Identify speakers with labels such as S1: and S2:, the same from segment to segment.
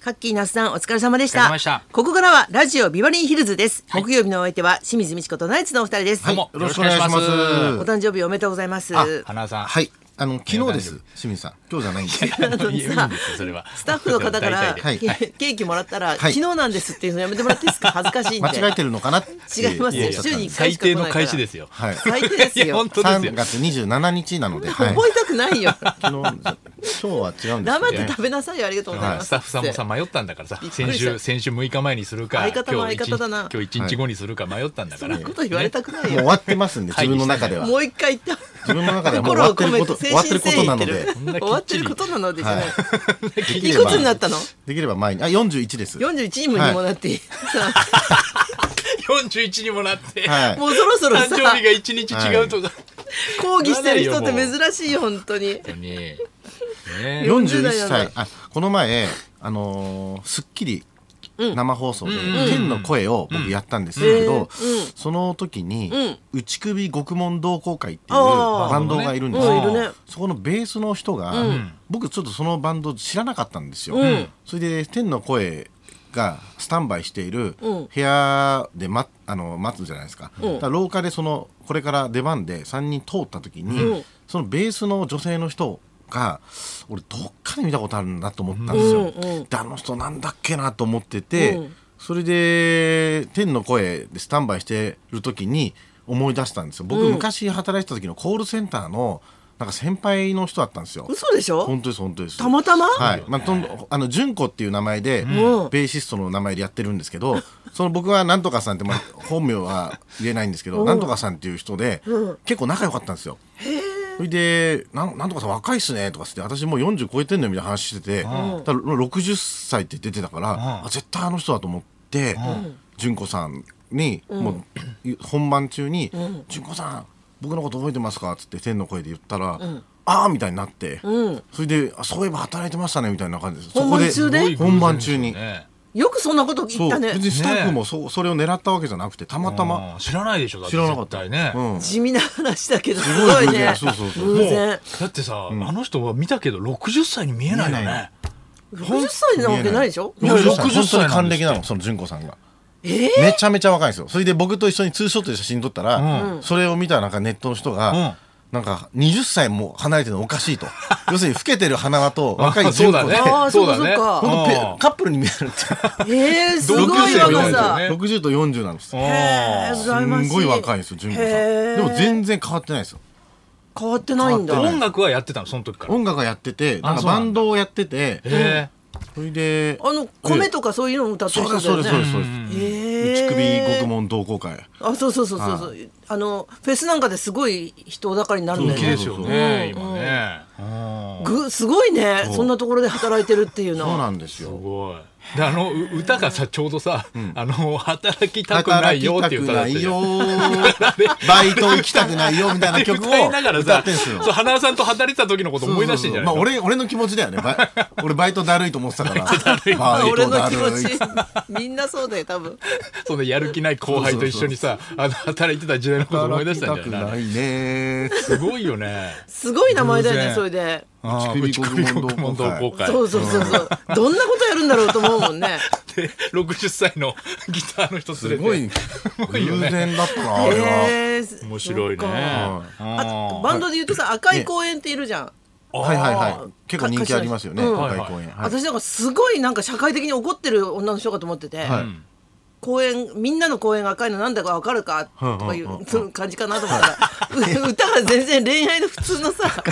S1: ハッキー那須さんお疲れ様でした
S2: お疲れ様でした
S1: ここからはラジオビバリーヒルズです、
S2: はい
S1: 木曜日のお相手は清水美智子とナイツのお二人です、
S2: どうもよろしくお願いします
S3: よろしくお願いし
S1: お
S3: ま
S1: 誕生日おめでとうございます
S3: あ
S2: 花さん。
S3: はい。あの昨日で
S2: いや大
S3: す。清水さん、今日じゃないんで。
S2: いや。いいんですよそれは。
S1: スタッフの方から
S2: 大体
S1: ケ
S2: で
S3: はい
S1: ーケーキもらったら、
S3: はい
S1: 昨日なんですっていうのやめてもらっていいですか恥ずかしいんで
S3: 間違えてるのかなって
S1: 違います
S2: いや
S1: よ
S2: いや
S1: 週に一回
S2: 最
S1: しか来ない
S2: 低の
S1: から
S2: 開始ですよ。
S3: はい。
S1: 最低です
S2: いや
S1: よ
S2: 本当ですよ
S3: 3月27日なので、はい。
S1: 覚えたくないよ
S3: 昨日、今日は違うんです
S1: 黙っ
S3: け
S1: て
S3: どね。
S1: 食べなさいよありがとうございます、
S2: スタッフさんもさ迷ったんだからさ
S1: びっくりし
S2: 先
S1: た
S2: 週先週6日前にするか
S1: 相方の
S2: 今日一
S1: 相
S2: 日
S1: 方だな
S2: 今日一日後にするか迷ったんだか
S1: そん
S2: ら、
S1: なこと言われたくない
S3: もう
S1: よ、
S3: 終わってますんで、
S2: はい
S3: 自分の中では。
S1: もう一回言った
S3: 自分の中ではもう終わってること、終
S1: 心
S3: わ
S1: を
S3: ってること
S1: 込め
S3: な
S1: て
S3: の
S1: 誠。
S3: で
S1: 心誠意言ってる終わってることなのでじゃない、
S3: で
S1: いくつになったの
S3: できれば前に、あ、41です。は
S1: 41にもにもなって、さ
S2: 41にもなって、
S3: い。
S1: もうそろそろさ
S2: 誕生日が一日違うとか、
S1: 抗議してる人って珍しいよ本当に
S2: 本当にね
S1: よ40
S3: 41歳。あ、この前、あのー、スッキリ生放送で、天の声を僕やったんですけど、その時に、内首極門同好会っていう
S1: あー
S3: バンドがいるんです
S1: うん
S3: よ
S1: いるね
S3: そこのベースの人が、僕ちょっとそのバンド知らなかったんですよ、
S1: ん
S3: それで天の声がスタンバイしている
S1: うん
S3: 部屋で待あの待つじゃないですか,、
S1: ん
S3: 廊下でそのこれから出番で3人通った時に、
S1: うん
S3: そのベースの女性の人が俺どっかで見たことあるんだと思ったん
S1: う
S3: ですよ、
S1: んうん
S3: であの人なんだっけなと思ってて、
S1: うん
S3: それで天の声でスタンバイしてる時に思い出したんですよ僕、昔働いてた時のコールセンターのなんか先輩の人だったんですよ
S1: 嘘でしょ
S3: 本当です本当です
S1: たまたま、
S3: はい、まあ、とんどあの純子っていう名前で、
S1: ん
S3: ベーシストの名前でやってるんですけどその僕はなんとかさんって、まあ、本名は言えないんですけど、なんとかさんっていう人で、結構仲良かったんですよ。それでなん「なんとかさん若いっすね」とかっつって私もう40超えてんのよみたいな話してて、ただ60歳って出てたから、
S2: ん
S3: あ絶対あの人だと思って、純子さんに、もう本番中に「純子さん僕のこと覚えてますか?」っつって天の声で言ったら「ああ」みたいになって、
S1: うん
S3: それであそういえば働いてましたねみたいな感じです
S1: 本番
S3: そ
S1: 中
S3: こ
S1: で
S3: 本番中に
S2: すごい偶然ですよね
S1: よくそんなこと
S3: そ
S1: 言
S3: う
S1: った
S3: 別
S1: ね
S3: にスタッフもそうそれを狙ったわけじゃなくてたまたま
S2: あー知らないでしょだって
S3: 知らなかった
S2: 絶対ね、
S3: うん、
S1: 地味な話だけどす
S3: す
S1: ご
S3: ごい
S1: い
S3: 偶然
S1: ね
S3: そうそうそう
S1: 偶然
S2: だってさ、あの人は見たけど60歳に見えないよ
S3: 見えない
S2: ね
S1: 60歳なわけないでしょ
S3: 見えない
S2: や
S3: 60
S2: 60
S3: 歳本当に還暦な
S2: なんですっ
S3: のその純子さんが
S1: ええ
S3: めちゃめちゃ若いんですよそれで僕と一緒にツーショットで写真撮ったら、
S2: う
S3: それを見たなんかネットの人が、
S2: うん
S3: なんか20歳も離れてるのおかしいと 要するに老けてる花輪と若い純子
S2: そうだね
S1: ああそうかそう
S2: そ
S1: か
S2: うだね
S3: ほんとペカップルに見える
S1: ええすごい
S2: 同級生
S1: 若
S2: がいるんだ
S1: さ
S2: よね
S3: 60と40なんですよ
S1: へえ
S3: す
S1: 羨ましい
S3: んごい若いんですよ純子さん
S1: へえ
S3: でも全然変わってないですよ
S1: 変わってないん
S3: 変わっ
S1: だ
S3: て
S2: 音楽はやってたのその時から
S3: 音楽はやっててなん
S2: あ
S3: か
S2: そうな
S3: バ
S2: んだ
S3: ンドをやってて
S2: へえ
S3: それで
S1: あの米とかそういうのも歌ってる
S3: そうです
S1: 人
S3: そう
S1: だ
S3: です
S1: よ
S3: そ
S1: ね
S2: う
S3: うですそう
S2: ん
S3: です
S1: え
S3: 内
S1: え
S3: 首獄門同好会
S1: あそうそうそうそうそう、あのフェスなんかですごい人だかりになるんだ
S2: 人
S1: よ
S2: 気で
S1: ね
S2: すよ
S3: そう
S2: ね今ねうん
S1: ぐすごいねそんなところで働いてるっていうの
S3: そう
S1: は
S3: なんです
S2: す
S3: よ
S2: ごいであのう歌がさちょうどさ、あの働きたくないよっていう歌だった
S3: 働き
S2: じ
S3: た
S2: ゃん
S3: くないよバイト行きたくないよみたいな曲
S2: 歌いなが
S3: を
S2: ら
S3: 歌
S2: さ
S3: ってんすよ
S2: そう花輪さんと働いてた時のこと思い出してんじゃない
S3: まあ
S2: の
S3: 俺俺の気持ちだよねバイ俺バイトだるいと思ってたからバイ
S1: 俺
S3: ト
S1: の
S3: だ
S1: 気
S3: る
S1: 持
S3: い
S1: ちみんなそうだよ多分
S2: そのやる気ない後輩と一緒にさあの働いてた時代のこと思い出
S3: 働
S2: し
S3: き
S2: たん
S3: た
S2: じゃ
S3: く
S2: ない
S3: ないね
S2: すごいよね
S1: すごい名前だよ
S2: 偶
S1: ね
S2: 然
S1: それで
S3: あー
S2: 乳首国問同好会
S1: そうそうそうそうどんなことやるんだろうと思うもんね
S2: で60歳のギターの人
S3: す
S2: 連
S3: ご
S2: れ
S3: い
S2: てごいよ
S3: 偶
S2: ね
S3: 然だったなあれは
S1: へー
S2: 面白いね
S1: そっか
S2: うん
S1: あバンドで言うとさ赤い公園っているじゃん
S3: はいはい
S1: あ
S3: は
S1: ー
S3: い結構人気ありますよね
S1: うん
S3: 赤い公園はい
S1: 私なんかすごいなんか社会的に怒ってる女の人かと思ってて、
S3: はい
S1: 公園みんなの公園が赤いのなんだかわかるかとかい
S3: うんうんうんう
S1: うんそういう感じかなと思ったらう 歌が全然恋愛の普通のさ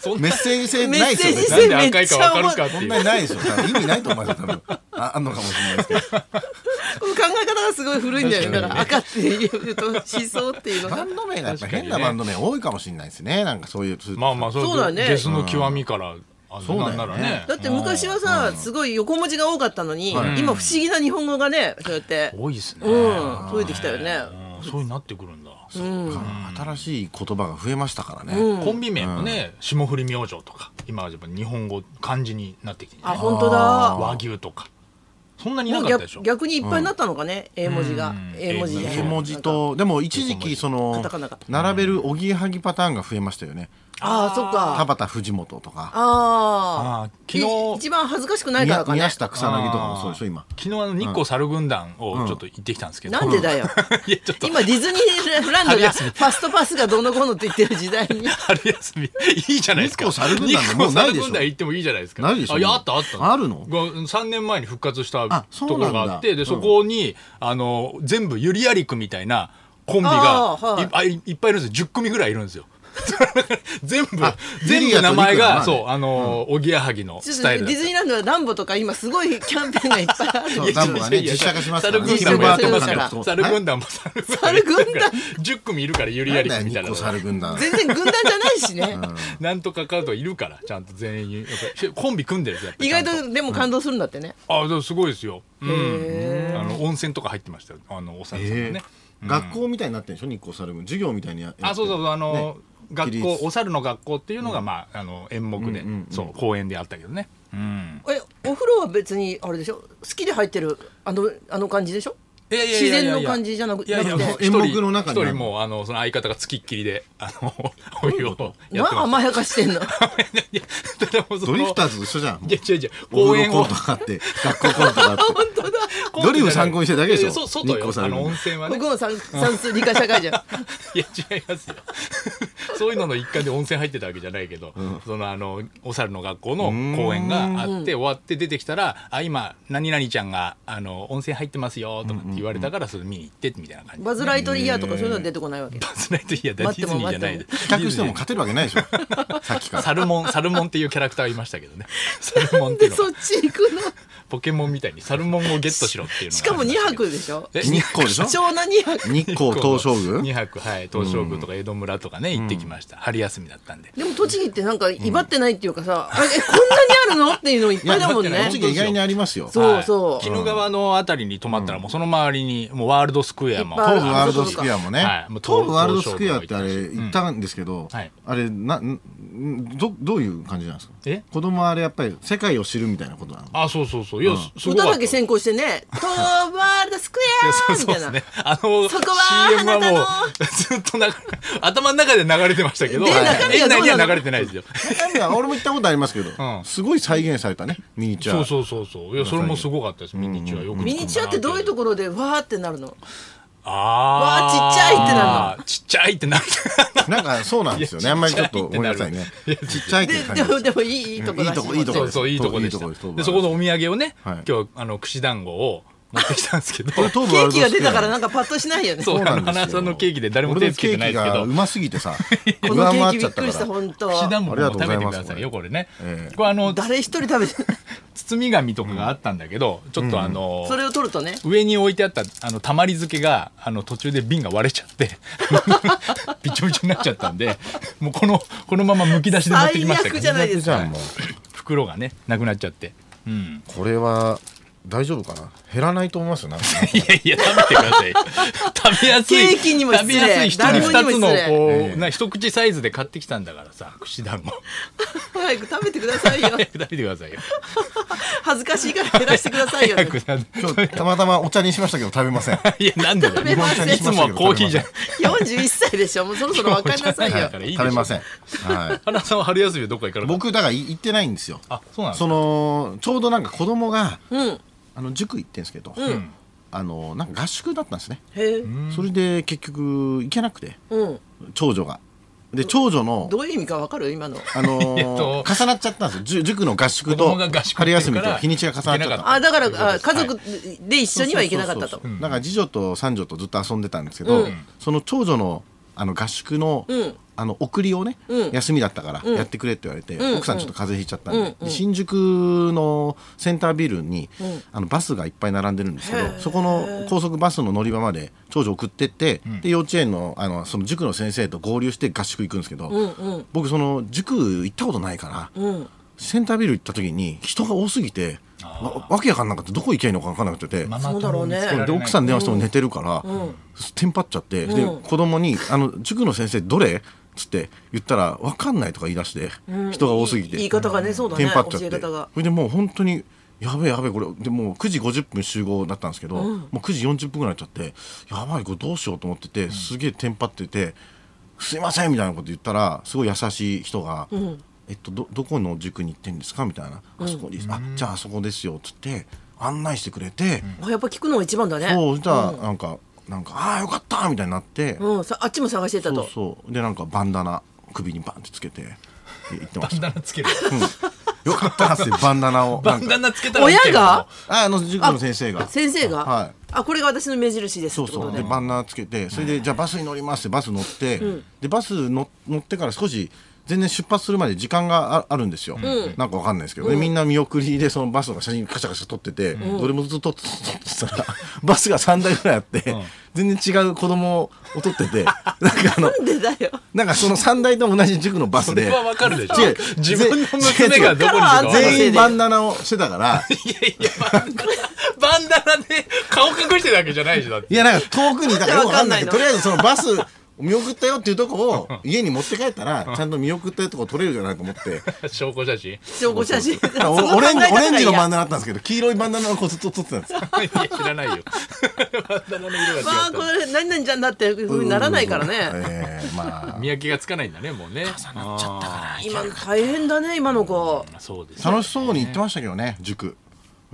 S2: そん
S3: メ
S2: な
S3: ッセージ性ないですよ
S1: メッ
S3: ね
S1: セージ性
S2: なんで赤いかわかるかって
S3: そ
S2: い
S3: ん
S2: う
S3: なにないですよ。多分意味ないと思いますよ、多分。ああんのかもしれないですけど。
S1: 考え方がすごい古いんだよねだ
S2: 確
S1: か
S2: かにね
S1: ら赤っていうと思想っていうの
S3: バ
S1: が
S3: ンド名がやっぱ
S2: 確かにね
S3: 変なバンド名多いかもしれないですね。なんかそういう。
S2: まあまあそれ
S1: そうだね
S2: ゲスの極みからあ
S3: そうだよね
S2: なんならね
S1: だって昔はさすごい横文字が多かったのに、
S3: はい
S1: 今不思議な日本語がねそうやって
S2: 多いですね
S1: うん増えてきたよね
S2: うんそういうなってくるんだ
S3: うん新しい言葉が増えましたからね。
S2: コンビ名もね霜降り明星とか今はやっぱ日本語漢字になってきてね
S1: あ本当だ
S2: 和牛とかそんなにな
S1: もう
S2: かった
S1: 逆
S2: でしょ
S1: 逆にいっぱいになったのかね、英文字が、
S2: うん
S1: 英文字で
S3: 絵文字と、でも一時期そ
S1: カ
S3: の
S1: タカナが、
S3: 並べるおぎやはぎパターンが増えましたよね。
S1: ああそっ
S3: 田
S1: か
S3: 畑藤本とか。
S1: ああ
S2: ああ昨日
S1: い一番恥ずかしくないからかね
S3: 宮下草薙とかもそうでしょ今
S2: 昨日あの日光猿軍団をちょっと行ってきたんですけど、
S1: なんでだよ
S2: いやちょっと
S1: 今ディズニーランド
S2: 春
S1: で
S2: 休
S1: フ
S2: み
S1: ァストパスがどうのこうのって言ってる時代 に
S2: 春休みいいじゃないですか
S3: 日光猿軍団もうないでし
S2: 日光猿
S3: ょ
S2: 軍団行ってもいいじゃないですか
S3: ないでしょ
S2: あいやあったあった
S3: あるの
S2: 3年前に復活した
S3: あ
S2: と
S3: そう
S2: こ
S3: な
S2: ろ
S3: んだ
S2: があってでそこに、あの全部ゆりやりくみたいなコンビが
S1: あーはい
S2: いあいいっぱいいるんですよ10組ぐらいいるんですよ 全部
S3: あ
S2: 全
S3: ゆりや
S2: 部
S3: と
S2: 名前
S3: りくだな
S2: がそうあの、おぎやはぎの
S1: ちょっ
S2: ス
S1: と
S2: タ
S1: デ
S2: イルだ
S1: ィ
S2: った
S1: ズニーランドはランボとか今すごいキャンペーンがいっぱいある
S3: そ
S1: ん
S3: う
S1: で
S3: ダンボがね実写化しますからね
S2: サル軍団もやってますか
S1: サル軍団
S2: ら。サル軍団もサル軍団。
S1: サル軍団
S2: 10組いるから、ゆりやりく
S3: なんだよ
S2: み
S3: 日
S2: たいな
S3: 光
S2: のが。
S3: 猿軍団
S1: 全然軍団じゃないしね、
S2: なんとかカードいるから、ちゃんと全員。やっぱりコンビ組んでるんですよやっぱり
S1: 意
S2: ちゃん
S1: 外とでも感動するんだってね、
S2: あ、でもすごいですよ。うん
S1: へ。
S2: あの、温泉とか入ってましたよ。あの、お猿さんが
S3: え
S2: ね。
S3: え学校みたいになってるでしょ日光猿軍授業みたいにや
S2: あ、そうそうそう、あの、学
S3: 起
S2: 校、
S3: 立
S2: お猿の学校っていうのが、まあ、あの、演目で
S3: うんうんうん、
S2: そう、公演であったけどね。うん。
S1: えお風呂は別にあれでしょ好きで入ってるあのあの感じでしょ
S2: いやいやいやいや
S1: 自然の感じじゃなく
S2: いやいや
S1: なくて
S2: もう一人
S3: 演目の中にあ
S2: 一
S3: る
S2: 人もうあのその相方がつきっきりであ のお湯をやっ
S1: な
S2: てま
S1: 甘
S2: し
S1: やかしてんの
S2: たいやでもその
S3: ドリフターズと一緒じゃん
S2: いや違う違う
S3: 公
S2: 公
S3: 園
S2: 園
S3: コン
S2: を
S3: トがあって学校コント があってドリフ参考にしてるだけでしょ
S2: いやそう外
S3: 日
S2: よ
S3: 光さん
S2: あの温泉はね
S1: 僕も算算数理科社会じゃん
S2: いや違いますよそういうのの一環で温泉入ってたわけじゃないけど、そのあのお猿の学校の公演があって終わって出てきたら「あ今何々ちゃんがあの温泉入ってますよ」とかって言われたからそれ見に行ってみたいな感じ
S1: バズ・ライトイヤーとかそういうのは出てこないわけ
S2: バズライトイヤーだデ
S1: 待
S2: ィ
S1: って
S2: ズ
S1: も
S2: ニーじゃないで
S1: 待
S3: 比較しても勝てるわけないでしょさっきから
S2: サルモンサルモンっていうキャラクターがいましたけ どねサルモンっていう
S1: で
S2: の
S1: そっ
S2: は
S1: ち行くの
S2: ポケモンみたいにサルモンをゲットしろっていうのが
S1: しかも2泊でしょ
S2: え
S3: 日光でしょ
S1: 貴重な2泊
S3: 日光東照
S2: 2
S3: 宮
S2: 泊はい東照宮とか江戸村とかね行ってきました、春休みだったんで
S1: でも栃木ってなんか威張ってないっていうかさ、あれえこんなにあるのっていうのいっぱいだもん
S2: いやだ
S1: ね
S2: って
S3: 栃木意外にありますよ
S1: そう
S2: はい
S1: そう
S2: 鬼怒川のあたりに泊まったらもうその周りにもうワールドスクエアも
S1: いっぱいある
S3: 東武ワールドスクエアもね、
S2: はいもう東
S3: 東武ワールドスクエアってあれ
S2: 東照宮
S3: 行ったんですけど、
S2: はい
S3: あれなんどどういう感じなんですか
S2: え
S3: 子供はあれやっぱり世界を知るみたいな ことなの
S2: あそうそうそういや、すすご
S1: 歌
S2: かっ
S1: だ
S2: た
S1: け先行して ね「トーバールドスクエ
S2: いやそ
S1: ア」み
S2: うそう
S1: た
S2: で
S1: いな、
S2: すね。あの、
S1: そこは
S2: CM は
S1: あなた
S2: も
S1: の
S2: う、 ずっと流れ、頭の中で流れてましたけど、
S1: で
S3: 中
S1: 身はどうな
S2: 園
S1: の
S2: 内には流れてないですよ。
S3: いや俺も行ったことありますけど、
S2: うん
S3: すごい再現されたねミニチュア
S2: そうそうそうそう。いや、それもすごかったです。ミニチュアよく作るな
S1: ミニチュアってどういうところでわーってなるの
S2: あー
S1: わーちっちゃいってなる
S2: ちっちゃいってなる。
S3: なんかそうなんですよねあんまりちょっとごめんなさいねちっちゃいって
S1: で
S3: 感
S1: で
S3: じ
S1: もでもいいいいとこだし
S3: いいとこいいと
S2: そ
S3: こ
S2: うそう、いいとこでし
S3: いいとこです
S2: た。
S3: 東武
S2: で、そこのお土産をね、
S3: はい
S2: 今日、あの、串団子を持ってきたんですけ ど、
S3: 東
S1: ケーキが出たから
S3: な
S1: なんかパッとしないよね
S2: そう
S3: そうなんで
S2: あ
S3: すよ
S2: の花さんのケーキで誰も手つけてないですけど
S3: 俺のケーキがうますぎてさ
S1: このケーキびっくりした本当
S2: 串団子も
S3: ありがとうご
S2: 食べ
S3: ざい
S2: て
S3: ま
S2: く
S3: す
S2: ださいよ、これね
S3: ええ。
S2: これあの、
S1: 誰一人食べてない
S2: 包み紙とかがあったんだけど、ちょっとあの、
S1: それを取るとね
S2: 上に置いてあったあのたまり漬けがあの途中で瓶が割れちゃって びちょびちょになっちゃったんでもうこのこのままむき出しで持ってきましたけ
S1: 最
S2: ど
S1: 悪じゃないですか
S3: 最悪じゃんもう
S2: 袋がねなくなっちゃって、うん、
S3: これは大丈夫かな減らないと思いますよなんか
S2: いやいや食べてくだ さい食べやすい
S1: ケーキにも失礼
S2: 食べやすい人に
S1: 誰
S2: 2
S1: に
S2: つ
S1: も
S2: の
S1: 失礼
S2: こう、
S3: ええ
S2: な一口サイズで買ってきたんだからさ串 団子
S1: 早く食べてくださ いよ
S2: 早く食べてくださいよ
S1: 恥ずかしいから減らしてくださいよ
S2: 早くな
S3: 今日たまたまお茶にしましたけど食べません
S2: いやなんでだよ
S1: 食べません
S2: いつもはコーヒーじゃん
S1: 41歳でしょもうそろそろ分かりなさい
S2: は
S1: よ
S2: いからいいでしょ
S3: 食べませんはい
S2: 花さんは春休みどっか行かれた
S3: 僕だからい行ってないんですよ
S2: あそうなんです
S3: そ
S2: か
S3: のちょうどなんか子供が
S1: うん
S3: あの塾行ってんですけど、
S1: うん
S3: あのなんか合宿だったんですね、
S1: へえ
S3: それで結局行けなくて
S1: うん
S3: 長女がで長女の
S1: どういう意味か分かる今の
S3: あのー
S2: えっと
S3: 重なっちゃったんですよじゅ塾の合宿
S2: 子
S3: と
S2: 供が合宿
S3: 春休み
S2: 行ってるか
S3: と
S2: ら
S3: 日にちが重なっちゃ
S2: 行け
S3: っ
S2: な
S3: た
S2: かっ
S1: あだから
S2: そういうこと
S1: あ
S2: です
S1: 家族で一緒には行けなかった
S3: そ
S1: と
S3: うそうそうそうだから次女と三女とずっと遊んでたんですけど、その長女のあの合宿の,、
S1: うん
S3: あの送りをね、
S1: うん
S3: 休みだったからやってくれって言われて、
S1: ん
S3: 奥さんちょっと風邪ひいちゃったんで,
S1: うん
S3: で、
S1: うん
S3: 新宿のセンタービルに、
S1: ん
S3: あのバスがいっぱい並んでるんですけ
S1: へ
S3: ど
S1: ー
S3: そこの高速バスの乗り場まで長女送ってって、で幼稚園のあのその塾の先生と合流して合宿行くんですけど、
S1: うんうん
S3: 僕その塾行ったことないから。
S1: うん
S3: センタービル行った時に人が多すぎてわわけわかんなかったどこ行けばいいのかわかんなくて、
S2: マ
S1: そう
S2: マ
S1: だろう
S2: 友
S1: ね
S2: 見つけられない
S3: で奥さん 電話しても寝てるから、テンパっちゃって、
S1: うん
S3: で子供にあの塾の先生どれ?」っつって言ったら「分かんない」とか言い出して、人が多すぎて
S1: 言い方がねそうだ
S3: テ
S1: ね
S3: ンパっちゃっ
S1: 教え
S3: て
S1: 方が
S3: それでもう本当にやべえやべえこれでもう9時50分集合だったんですけど、もう9時40分ぐらいになっちゃってやばいこれどうしようと思っててすげえテンパってて「すいません」みたいなこと言ったらすごい優しい人が「えっと、どどこの塾に行ってんですかみたいな「あそこです、あじゃああそこですよ」っつって案内してくれて、
S1: あやっぱ聞くのが一番だね
S3: そうしたらなんか「なんかああよかった」みたいになって、
S1: うん、さあっちも探してた
S3: そ
S1: と
S3: うそうでなんかバンダナ首にバンってつけて行ってました。
S2: ダナつける
S3: よかったっすよバンダナを。
S2: バン
S3: な
S2: ダ
S3: んか
S2: ナつけたらいいけれども
S1: 親が
S3: ああの塾の先生が。
S1: 先生が、
S3: はい
S1: あこれが私の目印です
S3: そ
S1: っ
S3: う
S1: てこ
S3: そ
S1: と
S3: う
S1: で
S3: でバンナーつけてそれでじゃあバスに乗りますってバス乗って、でバス乗乗ってから少し全然出発するまで時間がああるんですよ、なんかわかんないですけど、でみんな見送りでそのバスとか写真カシャカシャ撮ってて、どれもずっと撮ってたらバスが3台ぐらいあって、全然違う子供を撮っててなんかあの
S1: なんでだよ
S3: なんかその3台とも同じ塾のバス
S2: そ
S3: で
S2: れはわかるでしょ
S3: 違う
S2: 自分の娘がどこにいるかわかんない
S3: 全員バンダナをしてたから
S2: いやいやバンダナバンダナで顔隠してるわけじゃないでしょだって
S3: いやなんか遠くにだからよくわかんないけど
S1: わ
S3: と
S1: か
S3: りあえずそのバス見送ったよっていうとこを家に持って帰ったらちゃんと見送ったとこ取れるじゃないと思って
S2: 証拠写真
S1: 証拠写真
S3: お
S1: その考
S3: オレ
S1: え
S3: ン
S1: 方
S3: ジ
S1: が
S3: オレンジの
S1: 嫌
S3: バンダナあったんですけど黄色いバンダナをこうずっと取ってたんですよ
S2: いや知らないよバンダナの色が違っ
S1: まあ
S2: た
S1: これ何々じゃんだっていうふうにならないからね
S3: ええまあ
S2: 見分けがつかないんだねもうね
S1: 今の大変だね今の子
S2: あーそうです
S3: 楽しそうに行ってましたけどね塾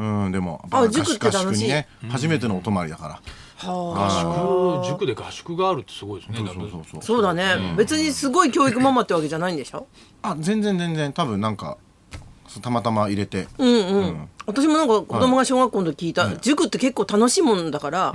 S3: うんでも
S1: あ塾って楽しい
S3: 合宿にね初めてのお泊まりだから
S1: はあ
S2: 塾で合宿があるってすごいですね
S3: そうそうそうそう
S1: そうだね、別にすごい教育ママってわけじゃないんでしょ
S3: あ全然全然多分なんかそうたまたま入れて
S1: うんうん、私もなんか子供が小学校の時聞いた、塾って結構楽しいもんだから、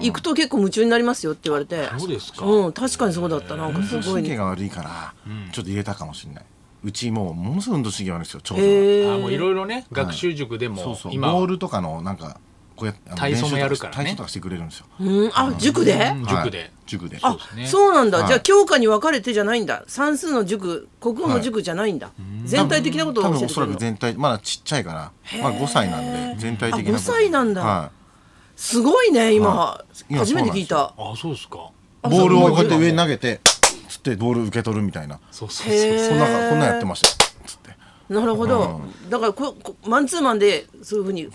S1: 行くと結構夢中になりますよって言われて
S2: そうですか
S1: うん、確かにそうだったなんかすごい
S3: 神経
S1: ね
S3: が悪いからちょっと入れたかもしれないうちもうものすごい運動神経悪いんですよちょうど
S1: へえ
S2: あーもういろいろね学習塾で
S3: そう
S2: も
S3: そう
S2: 今
S3: ボールとかのなんかこうやってあの
S2: 体操も
S3: 練習と
S2: やるからね
S3: 体操とかしてくれるんですよ
S1: うんあ塾で、
S2: うん塾で
S3: はい塾で
S1: あ
S2: うですね
S1: そうなんだ、
S3: はい
S1: じゃあ教科に分かれてじゃないんだ算数の塾国語の塾じゃないんだ、全体的なことを
S3: 多
S1: 教
S3: 分
S1: え
S3: お
S1: て
S3: そ
S1: くれる
S3: らく
S1: の
S3: 全体まだちっちゃいからまだ5歳なんで全体的なこと
S1: あ5歳なんだ
S3: は
S1: すごいね今
S3: は、いいや
S1: 初めて聞いた
S2: あーそうですか
S3: いボールをこうやって上に投げてつってボール受け取るみたいな
S2: そうそうそう
S1: へ
S3: そんな
S1: え
S3: こんなんやってましたつって
S1: なるほど、だからここマンツーマンでそういうふうに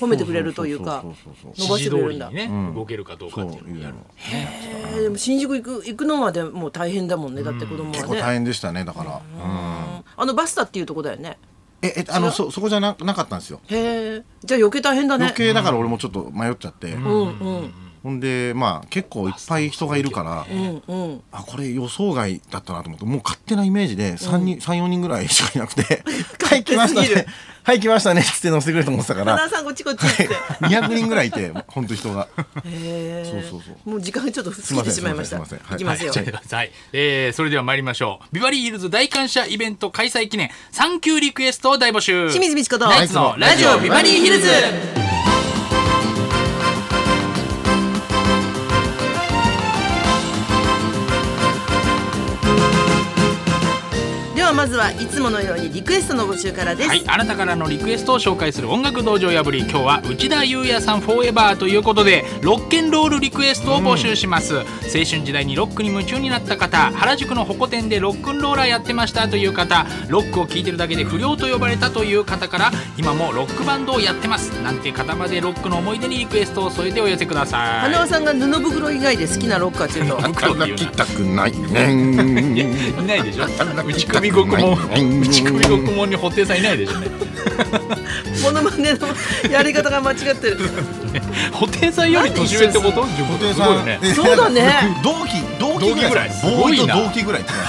S1: 褒めてくれるというか
S3: そうそうそう
S1: 伸
S2: 指
S1: ばして
S2: 示
S1: くれ
S2: 通
S1: るん
S2: り
S1: だ
S2: にね動けるかどうか
S3: そ
S2: っ
S3: う
S2: ていうのをやる
S1: えーでも新宿行く行くのまでもう大変だもんねだって子供
S3: 結
S1: は
S3: 構
S1: ね
S3: 大変でしたねだからうん
S1: あのバスタっていうとこだよね
S3: ええあのそそこじゃななかったんですよ
S1: へえじゃあ余計大変だね
S3: 余計だから俺もちょっと迷っちゃって
S1: うんうん
S3: ほんでまあ結構いっぱい人がいるから
S1: うんうん
S3: あこれ予想外だったなと思ってもう勝手なイメージで3人、三四人ぐらいしかいなく て「はい来まし
S1: 勝
S3: た
S1: 手すぎる
S3: ね」はい来ましたねっつって乗せてくれると思ってたか
S1: 花田
S3: ら
S1: さんこっちこっち ってへ
S3: 200人ぐらいいて本当人が
S1: え
S3: そうそうそう
S1: もう時間がちょっと過
S3: ま
S1: ぎ
S3: せ
S1: て
S3: ん
S1: しまいました
S3: すいませんすいません
S1: きますよ
S2: はい、じゃあはいえーそれでは参りましょう。ビバリーヒルズ大感謝イベント開催記念、サンキューリクエストを大募集。
S1: 清水美智子と
S2: ナイツのラジオビバリーヒルズ。
S1: ではまずはいつものようにリクエストの募集からです、
S2: はい、あなたからのリクエストを紹介する音楽道場破り今日は内田裕也さんフォーエバーということでロッケンロールリクエストを募集します、青春時代にロックに夢中になった方原宿のホコ店でロックンローラーやってましたという方ロックを聴いてるだけで不良と呼ばれたという方から今もロックバンドをやってますなんて方までロックの思い出にリクエストを添えてお寄せください
S1: 花輪さんが布袋以外で好きなロッカーっていうと
S2: 布袋
S3: ただ来たくないね
S2: いないでしょ内首獄門内首獄門に布袋さんいないでしょね
S1: モノマネのやり方が間違ってる
S2: 布袋さんより年上ってこと自分
S3: 布袋
S2: すごい
S3: さ
S2: よ
S3: ん、
S2: ね
S3: え
S1: そうだね
S3: なんか同期同期ぐらいです
S2: 同期ぐらいすごいな
S3: ボーイと同期ぐらいですね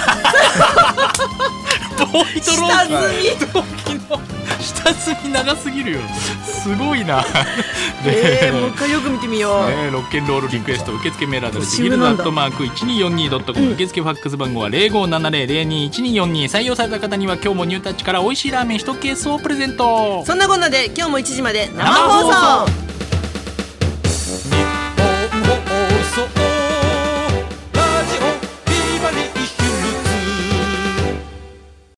S2: ボーイとロ
S1: 下
S2: ー
S1: 積み
S2: ズ同期の下積み長すぎるよすごいな
S1: えー、
S2: ね
S1: もう一回よく見てみよう、
S2: ねロッケンロールリクエスト受付メールアドレス
S1: 年上
S2: ギルド
S1: な
S2: ア
S1: ん
S2: ッ
S1: だ
S2: トマーク 1242.com 受付ファックス番号は0570021242採用された方には今日もニュータッチから美味しいラーメン1ケースをプレゼント
S1: そんなこんなで今日も1時まで生
S2: 生
S1: 放
S2: 放
S1: 送